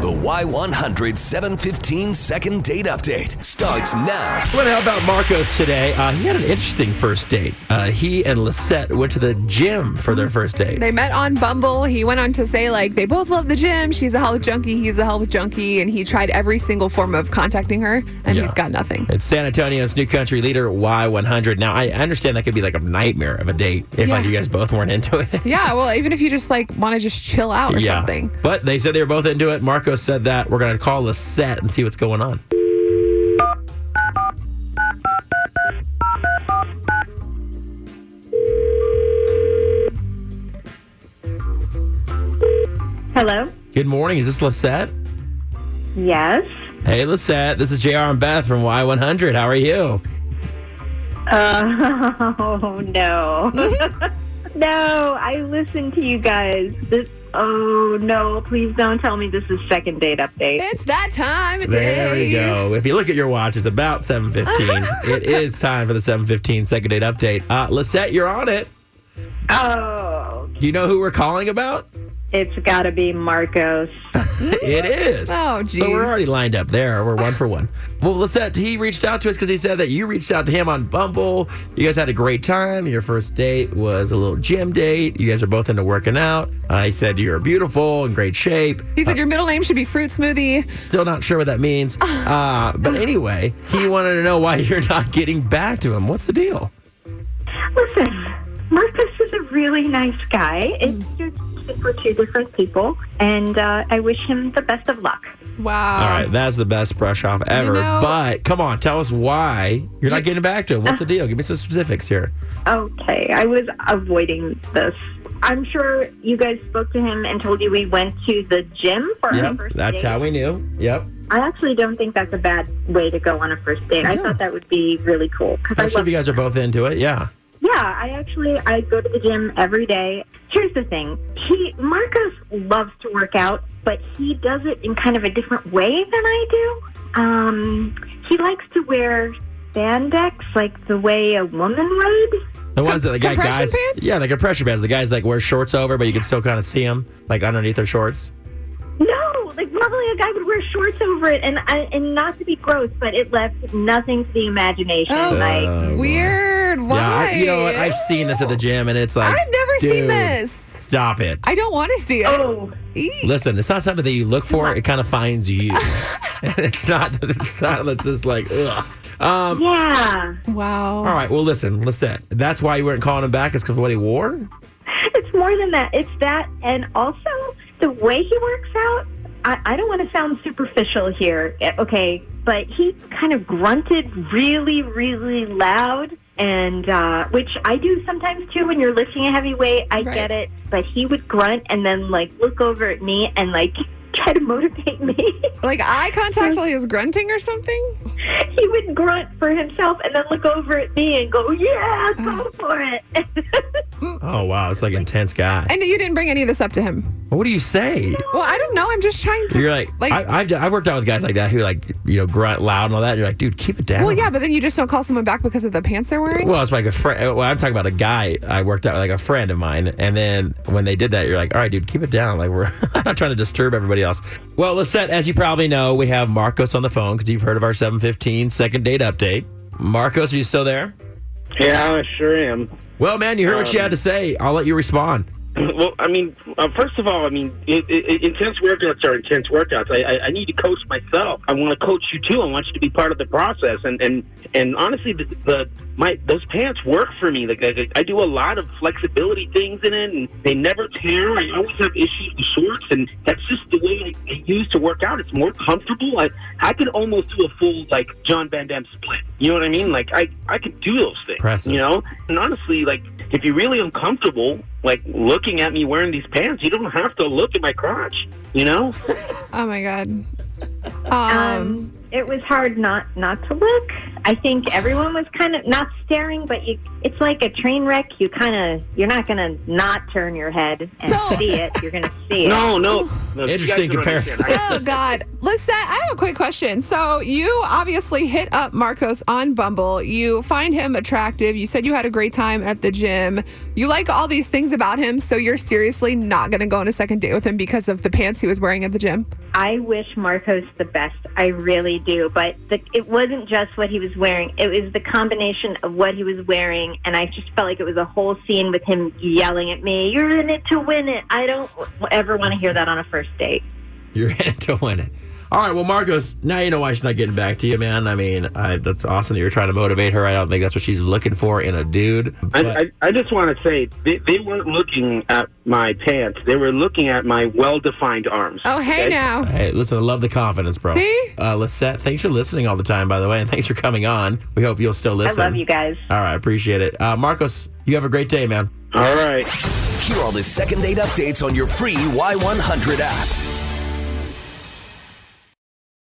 The Y100 715 second date update starts now. Well, how about Marcos today? Uh, he had an interesting first date. Uh, he and Lisette went to the gym for Mm. their first date. They met on Bumble. He went on to say, like, they both love the gym. She's a health junkie. He's a health junkie. And he tried every single form of contacting her, and Yeah. he's got nothing. It's San Antonio's new country leader, Y100. Now, I understand that could be like a nightmare of a date if like Yeah. you guys both weren't into it. Yeah, well, even if you just, like, want to just chill out or something. But they said they were both into it. Marcos said that. We're going to call Lisette and see what's going on. Hello? Good morning. Is this Lisette? Yes. Hey, Lisette. This is JR and Beth from Y100. How are you? Uh, oh, no. no, I listen to you guys. This, oh, no. Please don't tell me this is second date update. It's that time of day. There we go. If you look at your watch, it's about 7.15. it is time for the 7.15 second date update. Uh, Lisette, you're on it. Oh, Do you know who we're calling about? it's got to be Marcos. It is. Oh, So we're geez. already lined up there. We're one for one. Well, Lisette, he reached out to us because he said that you reached out to him on Bumble. You guys had a great time. Your first date was a little gym date. You guys are both into working out. Uh, he said you're beautiful in great shape. He said, your middle name should be Fruit Smoothie. Still not sure what that means. Uh, but anyway, he wanted to know why you're not getting back to him. What's the deal? Listen, Marcos is a really nice guy. It's just we're two different people, and uh, I wish him the best of luck. Wow. All right, that's the best brush off ever. know- but come on, tell us why you're not You- Uh-huh. getting back to him. What's the deal? Give me some specifics here. Okay, I was avoiding this. I'm sure you guys spoke to him and told you we went to the gym for our Yep, first that's date. how we knew. Yep. I actually don't think that's a bad way to go on a first date. I Yeah. thought that would be really cool. 'cause I Especially if love- you guys are both into it. Yeah. yeah, I actually I go to the gym every day. Here's the thing: he Marcus loves to work out, but he does it in kind of a different way than I do. Um, he likes to wear spandex, like the way a woman would. The ones that the guy compression guys, pants? yeah, the compression pants. The guys like wear shorts over, but you can still kind of see them like underneath their shorts. No, like normally a guy would wear shorts over it, and I, and not to be gross, but it left nothing to the imagination. Oh. like, Uh, Weird. Why? Yeah, I- you know what? I've seen this at the gym, and it's like I've never seen dude, this. Stop it! I don't want to see it. oh, Eek. Listen, it's not something that you look for. It kind of finds you. And it's not. It's not. It's just like ugh. Um. yeah, Wow. All right. Well, listen, Lisette. That's why you weren't calling him back. Is because what he wore. it's more than that. It's that, and also the way he works out. I, I don't want to sound superficial here, eh, okay? But he kind of grunted really, really loud, and uh, which I do sometimes too. When you're lifting a heavy weight, I Right. get it. But he would grunt and then like look over at me and like try to motivate me. Like eye contact while he was grunting or something? he would grunt for himself and then look over at me and go, "Yeah, go for it." Oh wow, it's like intense guy. And you didn't bring any of this up to him. What do you say? Well, I don't know. I'm just trying to. You're like, I, I've, I've worked out with guys like that who like you know grunt loud and all that. And you're like, dude, keep it down. well, yeah, but then you just don't call someone back because of the pants they're wearing. Well, it's like a friend. Well, I'm talking about a guy I worked out with, like a friend of mine. And then when they did that, you're like, all right, dude, keep it down. Like, we're I'm not trying to disturb everybody else. Well, Lisette, as you probably know, we have Marcos on the phone because you've heard of our 715 second date update. Marcos, are you still there? Yeah, I sure am. Well, man, you heard what you had to say. I'll let you respond. Well, I mean, uh, first of all, I mean, it, it, intense workouts are intense workouts. I, I, I need to coach myself. I want to coach you too. I want you to be part of the process. And and and honestly, the, the my those pants work for me. Like I, I do a lot of flexibility things in it, and they never tear. I always have issues with shorts, and that's just the way I, I used to work out. It's more comfortable. I I could almost do a full like John Van Damme split. You know what I mean? Like I I could do those things. Impressive. You know, and honestly, like if you're really uncomfortable, like looking at me wearing these pants, you don't have to look at my crotch. You know? oh my god. Um, Um, it was hard not not to look. I think everyone was kind of not staring, but you, it's like a train wreck. You kind of you're not going to not turn your head and So- see it. You're going to see it. No, no. no you Interesting guys don't comparison. understand. Oh God, Lisette, I have a quick question. So you obviously hit up Marcos on Bumble. You find him attractive. You said you had a great time at the gym. You like all these things about him. So you're seriously not going to go on a second date with him because of the pants he was wearing at the gym. I wish Marcos the best. I really do. But the, it wasn't just what he was wearing. It was the combination of what he was wearing. And I just felt like it was a whole scene with him yelling at me, you're in it to win it. I don't w- ever want to hear that on a first date. You're in it to win it. All right, well, Marcos, now you know why she's not getting back to you, man. I mean, I, that's awesome that you're trying to motivate her. I don't think that's what she's looking for in a dude. But I, I, I just want to say they, they weren't looking at my pants. They were looking at my well-defined arms. Oh, hey okay? now. hey, listen, I love the confidence, bro. See? Uh, Lisette, thanks for listening all the time, by the way, and thanks for coming on. We hope you'll still listen. I love you guys. All right, appreciate it. Uh, Marcos, you have a great day, man. All right. Hear all the second date updates on your free Y100 app.